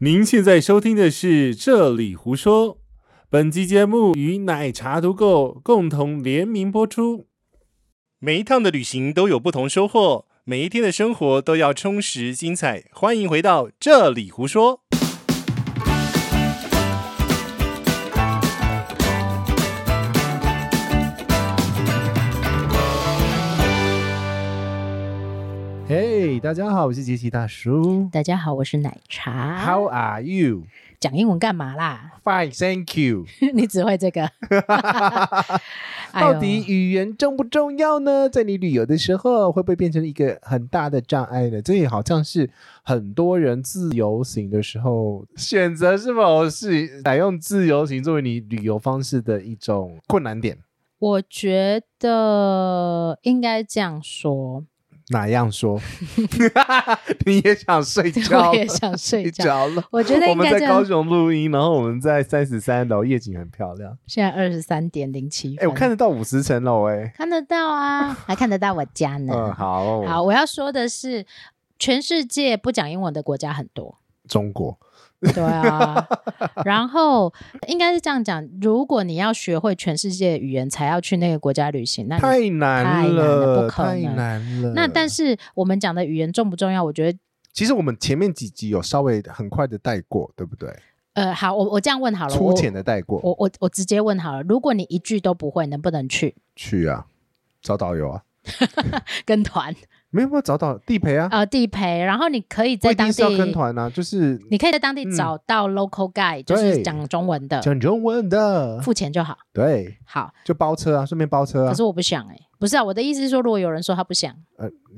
您现在收听的是《这里胡说》，本期节目与奶茶独购共同联名播出。每一趟的旅行都有不同收获，每一天的生活都要充实精彩。欢迎回到《这里胡说》。嘿、大家好，我是杰西大叔。大家好，我是奶茶。 How are you? 讲英文干嘛啦？ Fine, thank you。你只会 这个？哎呦到底语言重不重要呢？在你旅游的时候，会不会变成一个很大的障碍呢？这也好像是很多人自由行的时候选择是否是采用自由行作为你旅游方式的一种困难点。我觉得应该这样说。哪样 说？你也想睡觉我了？也想睡睡觉。着了。我觉得我应们该在这高样。雄录音，然后我们在三十三楼，夜景很漂亮。现在二十三点零七哎、分，我看得到五十层楼、哎，看得 到啊，还看得到我家呢。嗯，好，好，我要说的是，全世界不讲英文的国家很多。中国，对啊，然后应该是这样讲：如果你要学会全世界语言，才要去那个国家旅行，那你太难了，太太难了不可能难了。那但是，是我们讲的语言重不重要？我觉得，其实我们前面几集有稍微很快的带过，对不对？呃，好，我我这样问好了，粗浅的带过我我我我直接问好了，如果你一句都不会，能不能去去啊，找导游啊，跟团没有没有找导地陪啊，呃地陪？然后你可以不在一定当是要跟地，团啊，就是你可以在当地嗯找到 local guide，、就对是讲中文的，讲中文的，付钱就好。对，好，就包车啊，顺便包车啊可。是我不想哎、不是啊，我的意思是说，如果有人说他不想，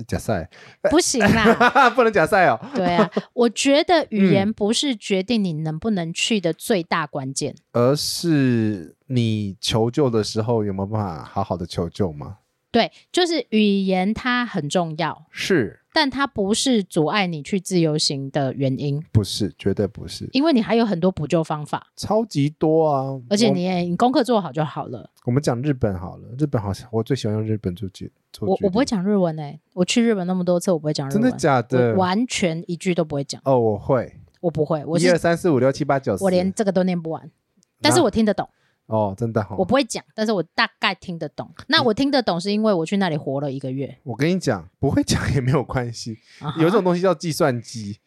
假赛， 不行啦。不能假赛哦。对啊，我觉得嗯语言不是决定你能不能去的最大关键。而是你求救的时候有没有办法好好的求救吗？对，就是语言它很重要，是但它不是阻碍你去自由行的原因，不是？绝对不是，因为你还有很多补救方法，超级多啊！而且我你也你功课做好就好了。我们讲日本好了，日本好像我最喜欢用日本做举做我举我不会例讲日文诶、欸我去日本那么多次，我不会讲日真文，的假的我？完全一句都不会讲，哦，我会，我不会，我一二是三四五六七八九十，我连这个都念不完。但是那我听得懂，哦，真的哈、我哦，不会讲，但是我大概听得懂。那我听得懂是因为我去那里活了一个月。我跟你讲，不会讲也没有关系， 啊哈有一种东西叫计算机，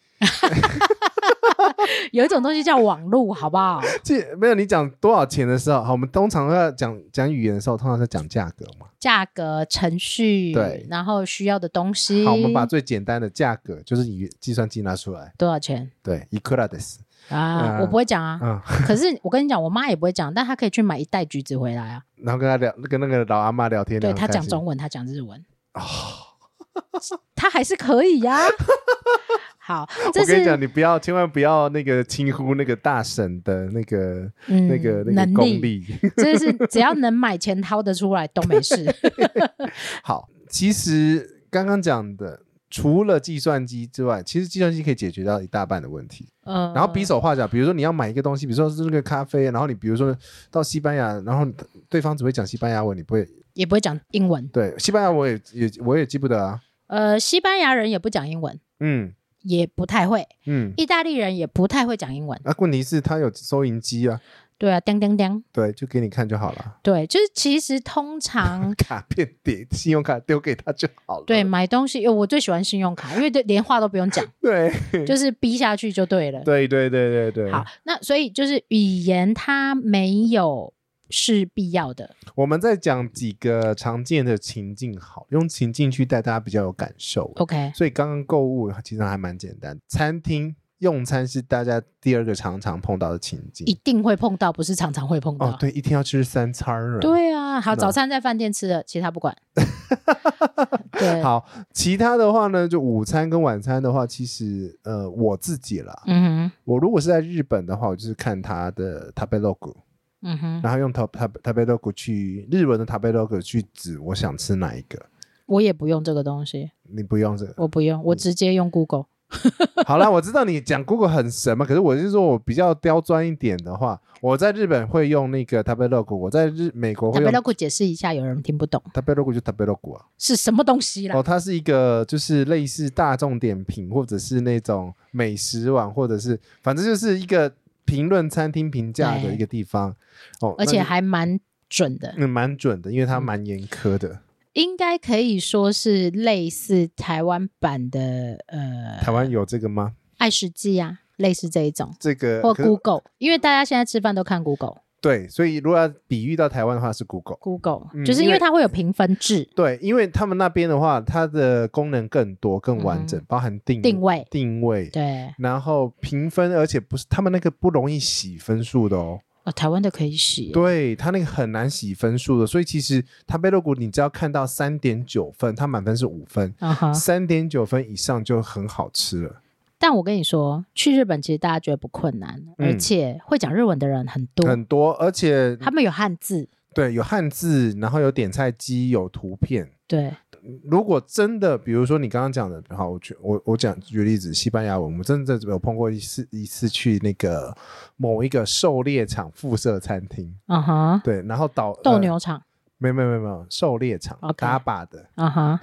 有一种东西叫网路，好不好？这没有你讲多少钱的时候，好，我们通常要讲讲语言的时候，通常是讲价格嘛，价格、程序，对然后需要的东西。好，我们把最简单的价格，就是以计算机拿出来，多少钱对，いくらです，啊？嗯我不会讲啊。嗯， 可是我跟你讲，我妈也不会讲，但她可以去买一袋橘子回来啊。然后跟他聊，跟那个老阿妈聊天，对聊得她开讲心中文，她讲日文，啊哦，她还是可 以呀、好，这我跟你讲，是你不要，千万不要那个轻忽那个大婶的那个嗯那个那个能功力，力。 这是只要能买钱掏得出来都没 事。好，其实刚刚讲的，除了计算机之外，其实计算机可以解决到一大半的问题。嗯，然后比手画脚，比如说你要买一个东西，比如说是那个咖啡，然后你比如说到西班牙，然后对方只会讲西班牙文，你不会也不会讲英文，对西班牙文也也我也记不得啊。呃，西班牙人也不讲英文，嗯也不太会，嗯，意大利人也不太会讲英文。那、问题是他有收银机啊，对啊，叮叮叮。对，就给你看就好了， 对，就是其实通常卡片点信用卡丢给他就好了。 对买东西，呃我最喜欢信用卡，因为对连话都不用讲，对就是逼下去就对了。对对对对对，好，那所以就是语言它没有是必要的，我们再讲几个常见的情境，好，用情境去带大家比较有感受。 OK，所以刚刚购物其实还蛮简单，餐厅用餐是大家第二个常常碰到的情一境。定会碰到，不是常常会碰到。哦，对，一天要吃三餐儿啊。对啊，好，那早餐在饭店吃的，其他 不管。对，好，其他的话呢，就午餐跟晚餐的话，其实呃，我自己啦，嗯哼，我如果是在日本的话，我就是看它的 tabelog，嗯哼，然后用 tab tab tabelog 去日文的 tabelog 去指我想吃哪一个。我也不用这个东西，你不用这个，嗯我不用，我直接用 Google。 好啦，我知道你讲 Google 很神嘛，可是我是说我比较刁钻一点的话，我在日本会用那个 Tabelog，我在日美国 t 会 a b 用 e l o g 解释一下，有人听不懂 Tabelog，就 Tabelog 啊。是什么东西啦。哦，它是一个就是类似大众点评或者是那种美食网，或者是反正就是一个评论餐厅评价的对一个地方。哦，而且那还蛮准的，嗯蛮准的，因为它蛮严苛的。应该可以说是类似台湾版的呃台湾有这个吗？爱食记啊，类似这一种。这个或可是 Google，因为大家现在吃饭都看 Google，Google 对，所以如果要比喻到台湾的话是 Google。嗯就是因因为为它会有评分制对，因为他们那边的话，它的功能更多、更完整，嗯包含定定位，定位，对，然后评分，而且不是他们那个不容易洗分数的哦。哦，台湾的可以洗，对他那个很难洗分数的，所以其实他贝洛谷，你只要看到三点九分，它满分是五分，啊哈。三点九分以上就很好吃了，但我跟你说，去日本其实大家觉得不困难，而且会讲日文的人很多，嗯很多，而且他们有汉字，对有汉字，然后有点菜机，有图片。对，如果真的，比如说你刚刚讲的，好，我举我我讲举个例子，西班牙文，我们真的有碰过一次一次去那个某一个狩猎场附设餐厅，嗯哼，对，然后导斗呃牛场，没有没有没有没有狩猎场 OK 打靶的，嗯哼，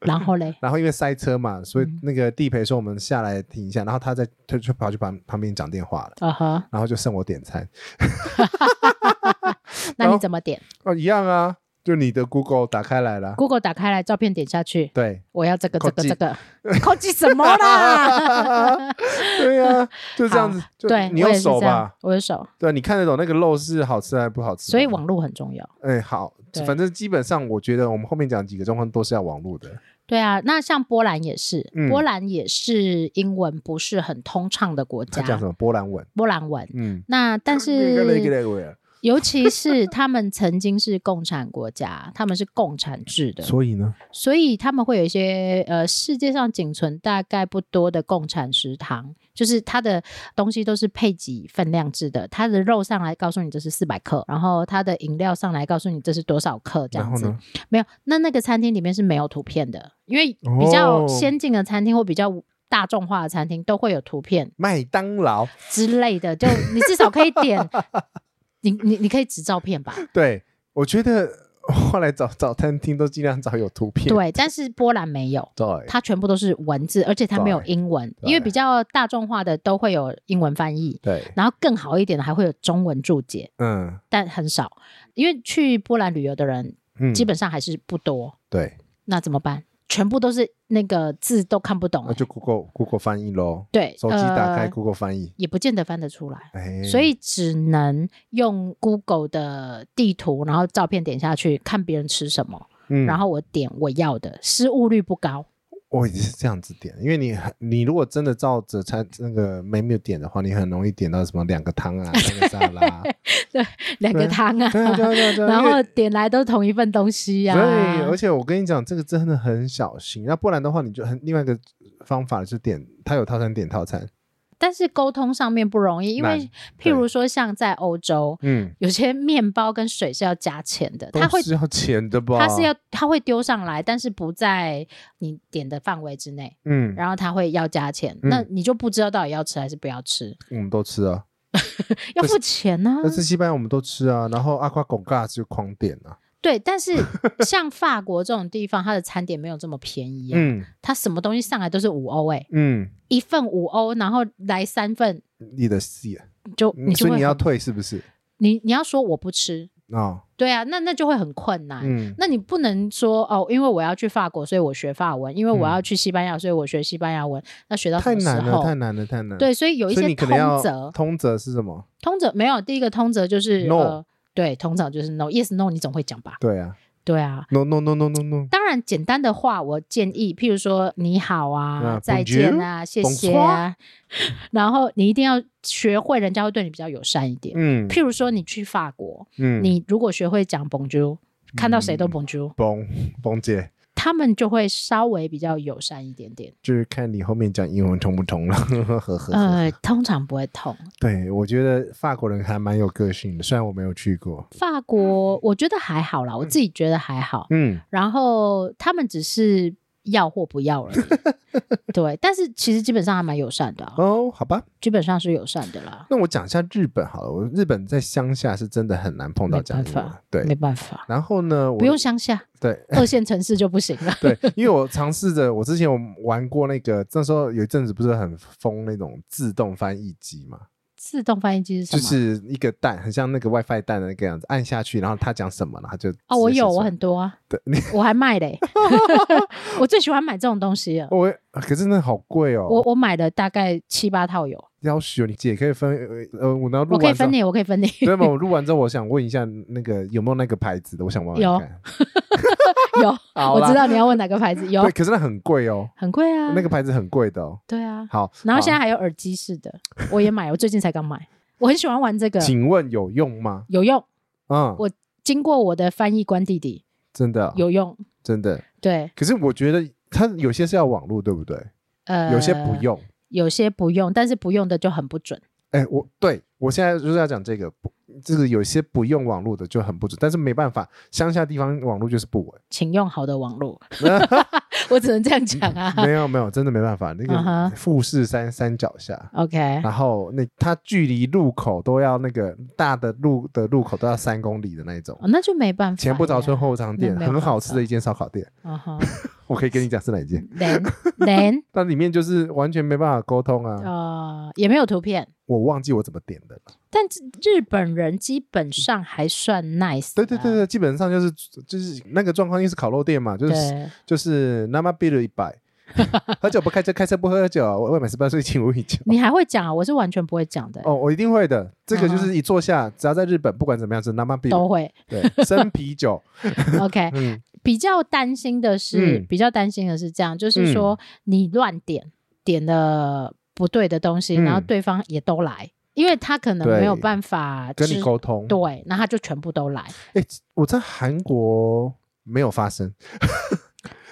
然后嘞，然后因为塞车嘛，所以嗯那个地陪说我们下来停一下，然后他在他就跑去旁旁边讲电话了，嗯哼，然后就剩我点餐，那你怎么点哦，一样啊，就你的 Google 打开来了， ？Google 打开来，照片点下去，对 我要这个扣这记个 这个，扣记什么啦？对啊，就这样子， 就对，你用我也是手这样吧，，嗯我的手，对，你看得懂那个肉是好吃还是不好吃吗，所以网络很重要。哎好，对反正基本上我觉得我们后面讲几个状况都是要网络的，对啊，那像波兰也是，嗯波兰也是英文不是很通畅的国他家，讲什么波兰文，波兰文。嗯，那 但是，是尤其是他们曾经是共产国家，他们是共产制的，所以呢，所以他们会有一些呃世界上仅存大概不多的共产食堂，就是它的东西都是配给分量制的，它的肉上来告诉你这是四百克，然后它的饮料上来告诉你这是多少克这然样后子。呢，没有，那那个餐厅里面是没有图片的，因为比较哦先进的餐厅或比较大众化的餐厅都会有图片麦当劳，之类的，就你至少可以 点，你你你可以指照片吧？ 对我觉得后来找找餐厅都尽量找有图片，对，但是波兰没有。对，它全部都是文字，而且它没有对英文，对因为比较大众化的都会有英文翻译，对，然后更好一点的还会有中文注解，嗯但很少，因为去波兰旅游的人嗯，基本上还是不多，对，那怎么办？全部都是那个字都看不懂、欸那就 Google Google 翻译喽，对，手机打开呃 Google 翻译，也不见得翻得出来，哎，所以只能用 Google 的地图，然后照片点下去看别人吃什么，嗯然后我点我要的，失误率不高。我也是这样子点，因为你你如果真的照着餐那个 menu 点的话，你很容易点到什么两个汤啊，三 个沙拉，两个汤啊，对啊 对啊对啊对啊，然因为后点来都同一份东西呀、对，而且我跟你讲，这个真的很小心。那不然的话，你就很另外一个方法是点，它有套餐点套餐，但是沟通上面不容易，因难为譬如说像在欧洲，嗯，有些面包跟水是要加钱的，都它会是要钱的吧？它是要它会丢上来，但是不在你点的范围之内，嗯，然后它会要加钱，嗯那你就不知道到底要吃还是不要吃，我们都吃啊，要付钱呢、但是西班牙我们都吃啊，然后阿夸狗嘎就狂点啊，对，但是像法国这种地方，它的餐点没有这么便宜、啊，嗯它什么东西上来都是五欧，哎，嗯，一份五欧，然后来三份，你的戏啊，就嗯你就所以会你要很退是不是？你你要说我不吃，哦，对啊，那那就会很困难。嗯，那你不能说哦，因为我要去法国，所以我学法文；因为我要去西班牙，所以我学西班牙文。那学到什嗯太么时难了，候太？难了，太难了。对，所以有一所以些你可通能要则，通则是什么？通则没有第一个通则就是 No 呃，对，通则就是 no，yes no，你总会讲吧？对啊对啊。 ，no no no no no no，当然，简单的话，我建议，譬如说你好啊、啊再见啊、谢谢啊， 然后你一定要学会，人家会对你比较友善一点。嗯譬如说，你去法国，嗯，你如果学会讲 Bonjour，看到谁都 Bonjour，、崩崩姐。他们就会稍微比较友善一点点。就是看你后面讲英文通不通了， 呵呵呵呵。呃，通常不会痛。对，我觉得法国人还蛮有个性的，虽然我没有去过。法嗯国我觉得还好啦，我自己觉得还好。嗯然后他们只是要或不 要而已。对，但是其实基本上还蛮友善的、啊，哦，好吧，基本上是友善的啦，那我讲一下日本好了。我日本在乡下是真的很难碰到没家办庭法啊，对没。办法，然后呢，我不用乡下，对二线城市就不行了。 对，因为我尝试着，我之前我玩过那个，那时候有一阵子不是很疯那种自动翻译机嘛，自动翻译机是什就么？是一个蛋，很像那个 WiFi 蛋的那个样子，按下去，然后它讲什么，然后它就哦，我直接有，写出我来很多啊对，我还 卖嘞、我最喜欢买这种东西了。我啊可是那好贵哦，我我买了大概七八套有，要许你姐可以分呃呃，我然后录我可以完之后分，你，我可以分你， 对吗？我录完之后，我想问一下那个有没有那个牌子的，我想玩有玩 看。有，好我啦知道你要问哪个 牌子，有对，可是那很贵哦，很贵啊，那个牌子很贵的哦。对啊。好，然后好现在还有耳机式的，我也买，我最近才刚买，我很喜欢玩这个，请问有用吗？有用。嗯，我经过我的翻译官弟弟，真的啊有用。真的。对，可是我觉得它有些是要网络，对不对？呃，有些不，用。有些不用，但是不用的就很不准。哎，我对我现在就是要讲这个，不就是有些不用网络的就很不准，但是没办法，乡下地方网络就是不 稳。请用好的 网络， 我只能这样讲啊。没有没有，真的没办法。那嗯哼个富士山山脚下， OK，然后那它距离路口都要那个大的路的路口都要三公里的那一种。哦那就没办法。前不着村，后不着店，那没有很好办吃法的一间烧烤 店，嗯哼我可以跟你讲是哪一间。 ，then then 那里面就是完全没办法沟通啊，呃，也没有图片。我忘记我怎么点的了。但日本人基本上还算 nice，啊对对对啦对，基本上就是就是那个状况，因为是烤肉店嘛，就是对就是那么 b 了一百，喝酒不开车，开车不喝酒，我未满十八岁请勿饮酒。你还会讲啊？我是完全不会讲的，哦，我一定会的。这个就嗯是一坐下，只要在日本，不管怎么样，是那么 b 都会。对，生啤 酒， OK， 嗯，比较担心的是，嗯比较担心的是这样，就是说你乱点点了不对的东西，嗯然后对方也都来，因为他可能对没有办法跟你知沟通。对，那他就全部都来。哎，我在韩国没有发生，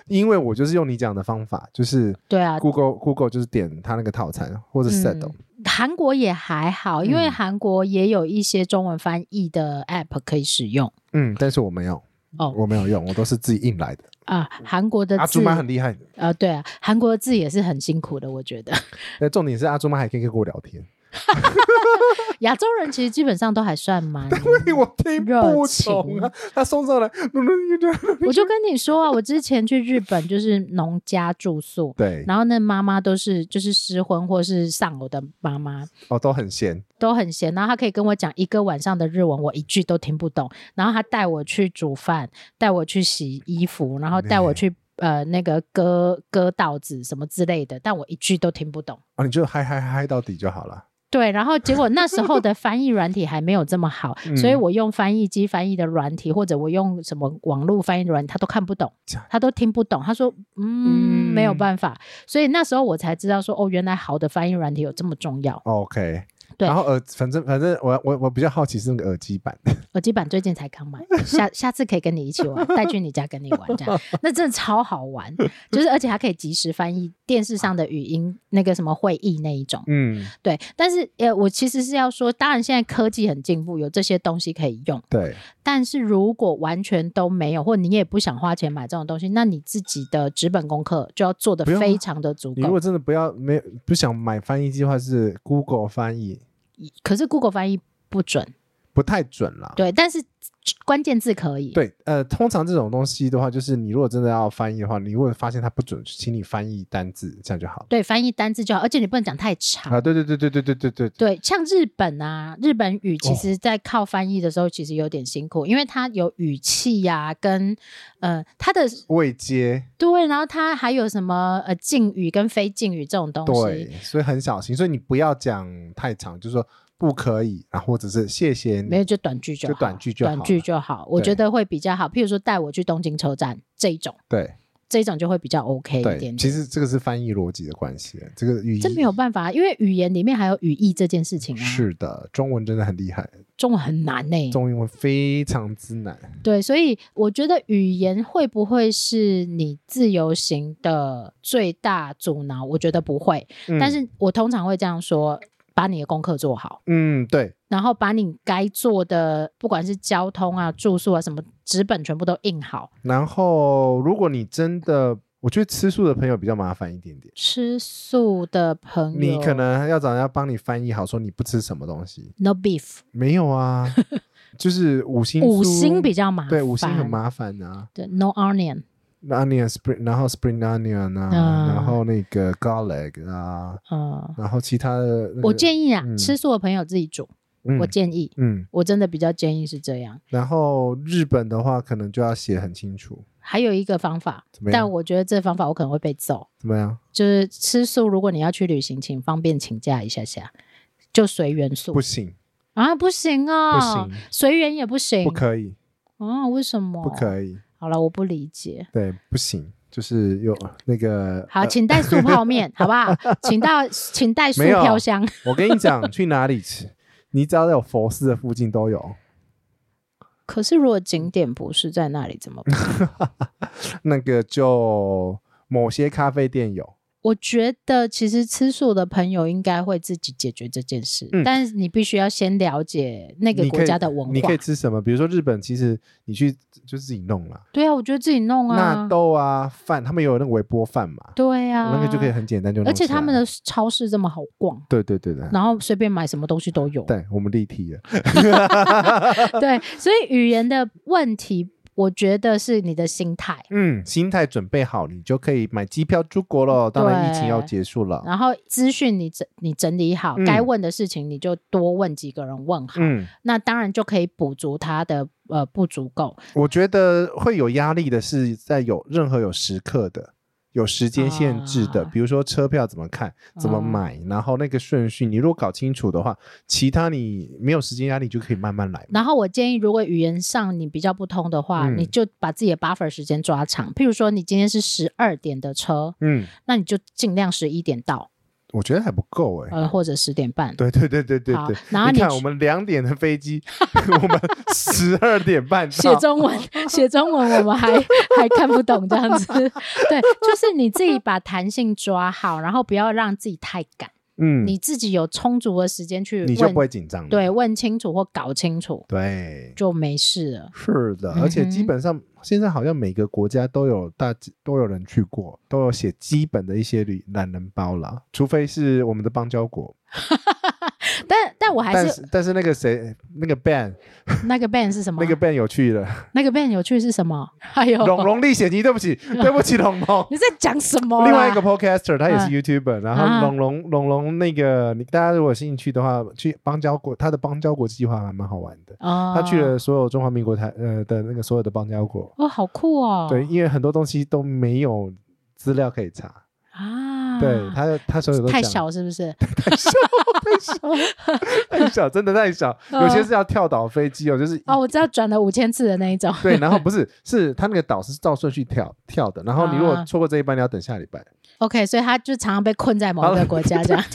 因为我就是用你讲的方法，就是对啊， Google Google 就是点它那个套餐或者 Set，嗯韩国也还好，因为嗯韩国也有一些中文翻译的 app 可以使用嗯，但是我没有，哦我没有用，我都是自己硬来的。啊。韩国的阿字朱妈很厉害，呃，对啊，韩国的字也是很辛苦的，我觉得 那重点是阿朱妈还可以跟我聊天，亚洲人其实基本上都还算蛮。我听不懂热啊。她送上来，，我就跟你说啊，我之前去日本就是农家住宿对，然后那妈妈都是就是失婚或是丧偶的妈妈，哦，都很闲，都很闲，然后她可以跟我讲一个晚上的日文，我一句都听不懂。然后她带我去煮饭，带我去洗衣服，然后带我去呃那个割割稻子什么之类的，但我一句都听不懂。啊，你就嗨嗨嗨到底就好了。对，然后结果那时候的翻译软体还没有这么好， 嗯所以我用翻译机翻译的软体，或者我用什么网络翻译的软体，他都看不懂假的，他都听不懂。他说：“嗯，嗯没有办法。”所以那时候我才知道说，哦，原来好的翻译软体有这么重要。 OK，对然后耳，反正反正我我我比较好奇是那个耳机版，耳机版最近才刚买，下下次可以跟你一起玩，带去你家跟你玩，这样那真的超好玩，就是而且还可以及时翻译电视上的语音，那个什么会议那一种。嗯，对，但是呃，我其实是要说，当然现在科技很进步，有这些东西可以用。对，但是如果完全都没有，或你也不想花钱买这种东西，那你自己的纸本功课就要做的不用啊非常的足你如够果。真的不要没有不想买翻译机的话，是 Google 翻译可是 Google 翻译不准，不太准啦。对，但是关键字可以。对呃，通常这种东西的话，就是你如果真的要翻译的话，你如果发现它不准，请你翻译单字，这样就好了。对翻译单字就好，而且你不能讲太长。啊，对对对对对对对对，对，像日本啊，日本语哦其实在靠翻译的时候，其实有点辛苦，因为它有语气呀、跟呃它的未接对，然后它还有什么呃敬语跟非敬语这种东西对，，所以很小心，所以你不要讲太长，就是说不可以，然后或者是谢谢没你有，就短句就好，就短句就好短句了就好，我对觉得会比较好。譬如说带我去东京车站这一种，对这一种就会比较 OK 一点对，点。其实这个是翻译逻辑的关系，这个语义这没有办法，因为语言里面还有语义这件事情啊，是的，中文真的很厉害，中文很难呢、中文非常之难，对，所以我觉得语言会不会是你自由行的最大阻挠？我觉得不会，嗯但是我通常会这样说：把你的功课做好。嗯，对，然后把你该做的，不管是交通啊、住宿啊什么，纸本全部都印好。然后，如果你真的我觉得吃素的朋友比较麻烦一点点，吃素的朋友，你可能要找人家帮你翻译好，说你不吃什么东西。 no beef，没有 啊，就是五星五酥星比较麻烦，对五星很麻烦啊。对 no onion， onion spring，然后 spring onion 啊，嗯然后那个 garlic 啊，嗯，然后其他的、那个我建议啊，嗯吃素的朋友自己煮，嗯我建议，嗯，我真的比较建议是这样。然后日本的话可能就要写很清楚，还有一个方法，怎么样？但我觉得这方法我可能会被揍，怎么样？就是吃素，如果你要去旅行，请方便请假一下下，就随缘素不行，啊，不行啊、不行，随缘也不行，不可以，啊，为什么？不可以，好了，我不理解。对，不行，就是有那个好，请带素泡面，好 不好？请到，请带素没有飘香。 我跟你讲，去哪里吃，你只要在有佛寺的附近都有。可是如果景点不是在那里怎么办？ 那个就某些咖啡店有，我觉得其实吃素的朋友应该会自己解决这件事，嗯但是你必须要先了解那个你可国以家的文你化可以。吃什么？比如说日本，其实你去就自己弄啦，对啊，我觉得自己弄纳啊，豆啊饭，他们有那个微波饭嘛，对啊，那个就可以很简单就弄而起且来。他们的超市这么好逛，对对对的，然后随便买什么东西都有。对我们立体了，对，所以语言的问题，我觉得是你的心态。嗯，心态准备好，你就可以买机票出国了。当然，疫情嗯对要结束了，然后资讯你整你整理好，嗯该问的事情你就多问几个人问好，嗯，那当然就可以补足他的呃不足够。我觉得会有压力的是在有任何有时刻的。有时间限制的，啊比如说车票怎么看、怎么哦买，然后那个顺序，你如果搞清楚的话，其他你没有时间压力，就可以慢慢来嘛。然后我建议，如果语言上你比较不通的话，嗯你就把自己的 buffer 时间抓长。譬如说，你今天是十二点的车，嗯，那你就尽量十一点到，我觉得还不够哎、呃，或者十点半。对对对对对好对，然后你你看去我们两点的飞机， 我们十二点半 写到，中文， 写中文，我们还 还看不懂这样子。 对，就是你自己把弹性抓好，然后不要让自己太赶，嗯，你自己有充足的时间去你就不会问，紧张了。对，问清楚或搞清楚对，就没事了。是的，而且基嗯哼本上现在好像每个国家都有大都有人去过，都有写基本的一些旅懒人包啦，除非是我们的邦交国。但但我还但是是但是那个谁那个 ban 那个 band 是什么啊？那个 ban 有去 了，那个 band 有趣是什么？ 哎呦，龙龙历险记，对不起对不起龙龙。你在讲什么啦？啊另外一个 podcaster 他也是哦嗯 YouTuber，、然啊后龙龙龙龙那个你大家如果有兴趣的话，去邦交国他的邦交国计划还蛮好玩的。哦，他去了所有中华民国台呃的那个所有的邦交国，哦，好酷哦，对，因为很多东西都没有资料可以查，啊，对他他所有都 太讲小是不是？太 小，真的太小，嗯有些是要跳岛飞机哦，就是一哦，我知道转了五千次的那一种，对，然后不是是他那个岛是照顺序跳跳的，然后你如果啊错过这一班，你要等下礼拜， OK，所以他就常常被困在某一好个了国家这样。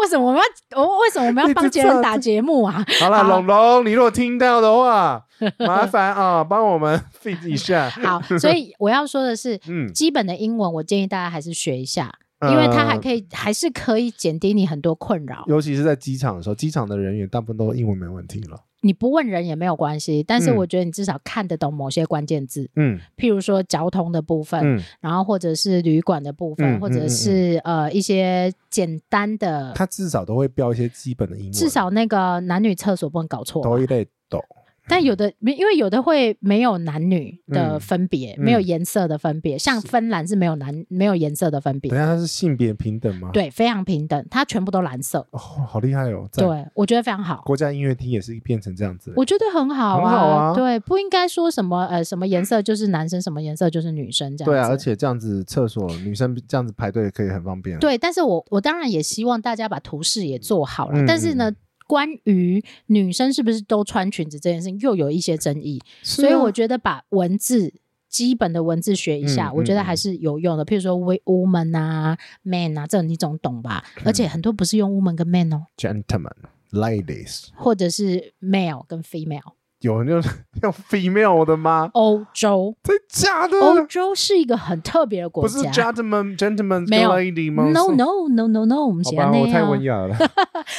为什么我们要我为什么我们要帮别人打节目啊？好了，好龙龙，你如果听到的 话，麻烦啊，帮我们 fit 一下， 好，所以我要说的是，嗯，基本的英文我建议大家还是学一下，因为它还以。可以还是可以减低你很多困扰。呃尤其是在机场的时候，机场的人员大部分都英文没问题了。你不问人也没有关系，但是嗯我觉得你至少看得懂某些关键字，嗯譬如说交通的部分，嗯，然后或者是旅馆的部分，嗯或嗯者嗯是、呃一些简单的，他至少都会标一些基本的英文，呃至少那个男女厕所不能搞错吧。都一类懂。但有的没，因为有的会没有男女的嗯分别，嗯没有颜色的分别，像芬兰是没有男没有颜色的分等别，一下，他是性别平等吗？，对，非常平等，它全部都蓝色，哦，好厉害哦！赞，对我觉得非常好。国家音乐厅也是变成这样子的。我觉得很好啊，很好啊对，不应该说什么呃什么颜色就是男生，什么颜色就是女生这样子。对啊，而且这样子厕所女生这样子排队也可以很方便。，对，但是我我当然也希望大家把图示也做好了，嗯但是呢，关于女生是不是都穿裙子这件事情，又有一些争议。所以啊我觉得把文字基本的文字学一下，嗯我觉得嗯还嗯是有用的。譬如说 we- woman 啊，man 啊，这你总懂吧？而嗯且很多不是用 woman 跟 man 哦， gentlemen ladies 或者是 male 跟 female。有人用 用 female 我的吗？欧洲，真假的？欧洲是一个很特别的国嗯不是家。 gentlemen gentlemen 没有 lady 吗 No no no no no，我们好喜吧，欢那我太文样。啊哦雅 了。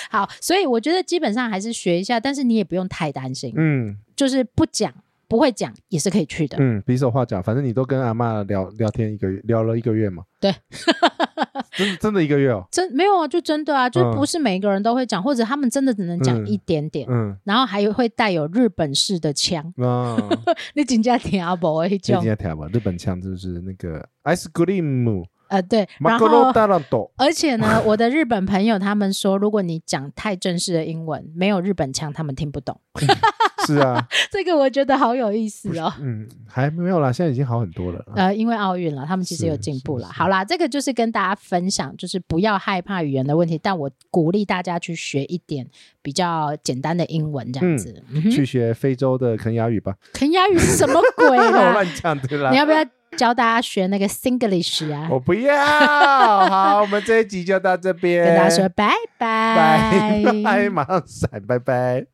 好，所以我觉得基本上还是学一下，但是你也不用太担心，嗯，就是不讲不会讲也是可以去的。嗯，比手画脚，反正你都跟阿嬷聊聊天一个月，聊了一个月嘛。对， 真真的一个月哦。真没有啊，就真的啊，就嗯不是每一个人都会讲，或者他们真的只能讲嗯一点点，嗯，然后还有会带有日本式的腔，那 你真正听阿伯那最近种，在台湾日本腔就是那个 ice cream，呃，对，马然格罗后。大浪斗。而且呢， 我的日本朋友他们说，如果你讲太正式的英文，没有日本腔，他们听不懂。 是啊， 这个我觉得好有意思哦。嗯，还没有啦，现在已经好很多了啦。呃，因为奥运了，他们其实是有进步了。是是好啦，这个就是跟大家分享，就是不要害怕语言的问题，但我鼓励大家去学一点比较简单的英文，这样子。嗯哼去学非洲的肯雅语吧，肯雅语是什么 鬼我啦？乱讲的啦你。要不要教大家学那个 Singlish 啊？我不要。好，我们这一集就到这边，跟大家说拜 拜，拜拜，马上闪，拜拜。